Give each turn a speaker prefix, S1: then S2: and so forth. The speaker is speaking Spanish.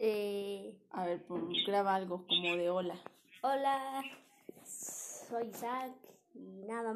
S1: Eh,
S2: A ver, pon- graba algo como de hola.
S1: hola, soy Isaac y nada más.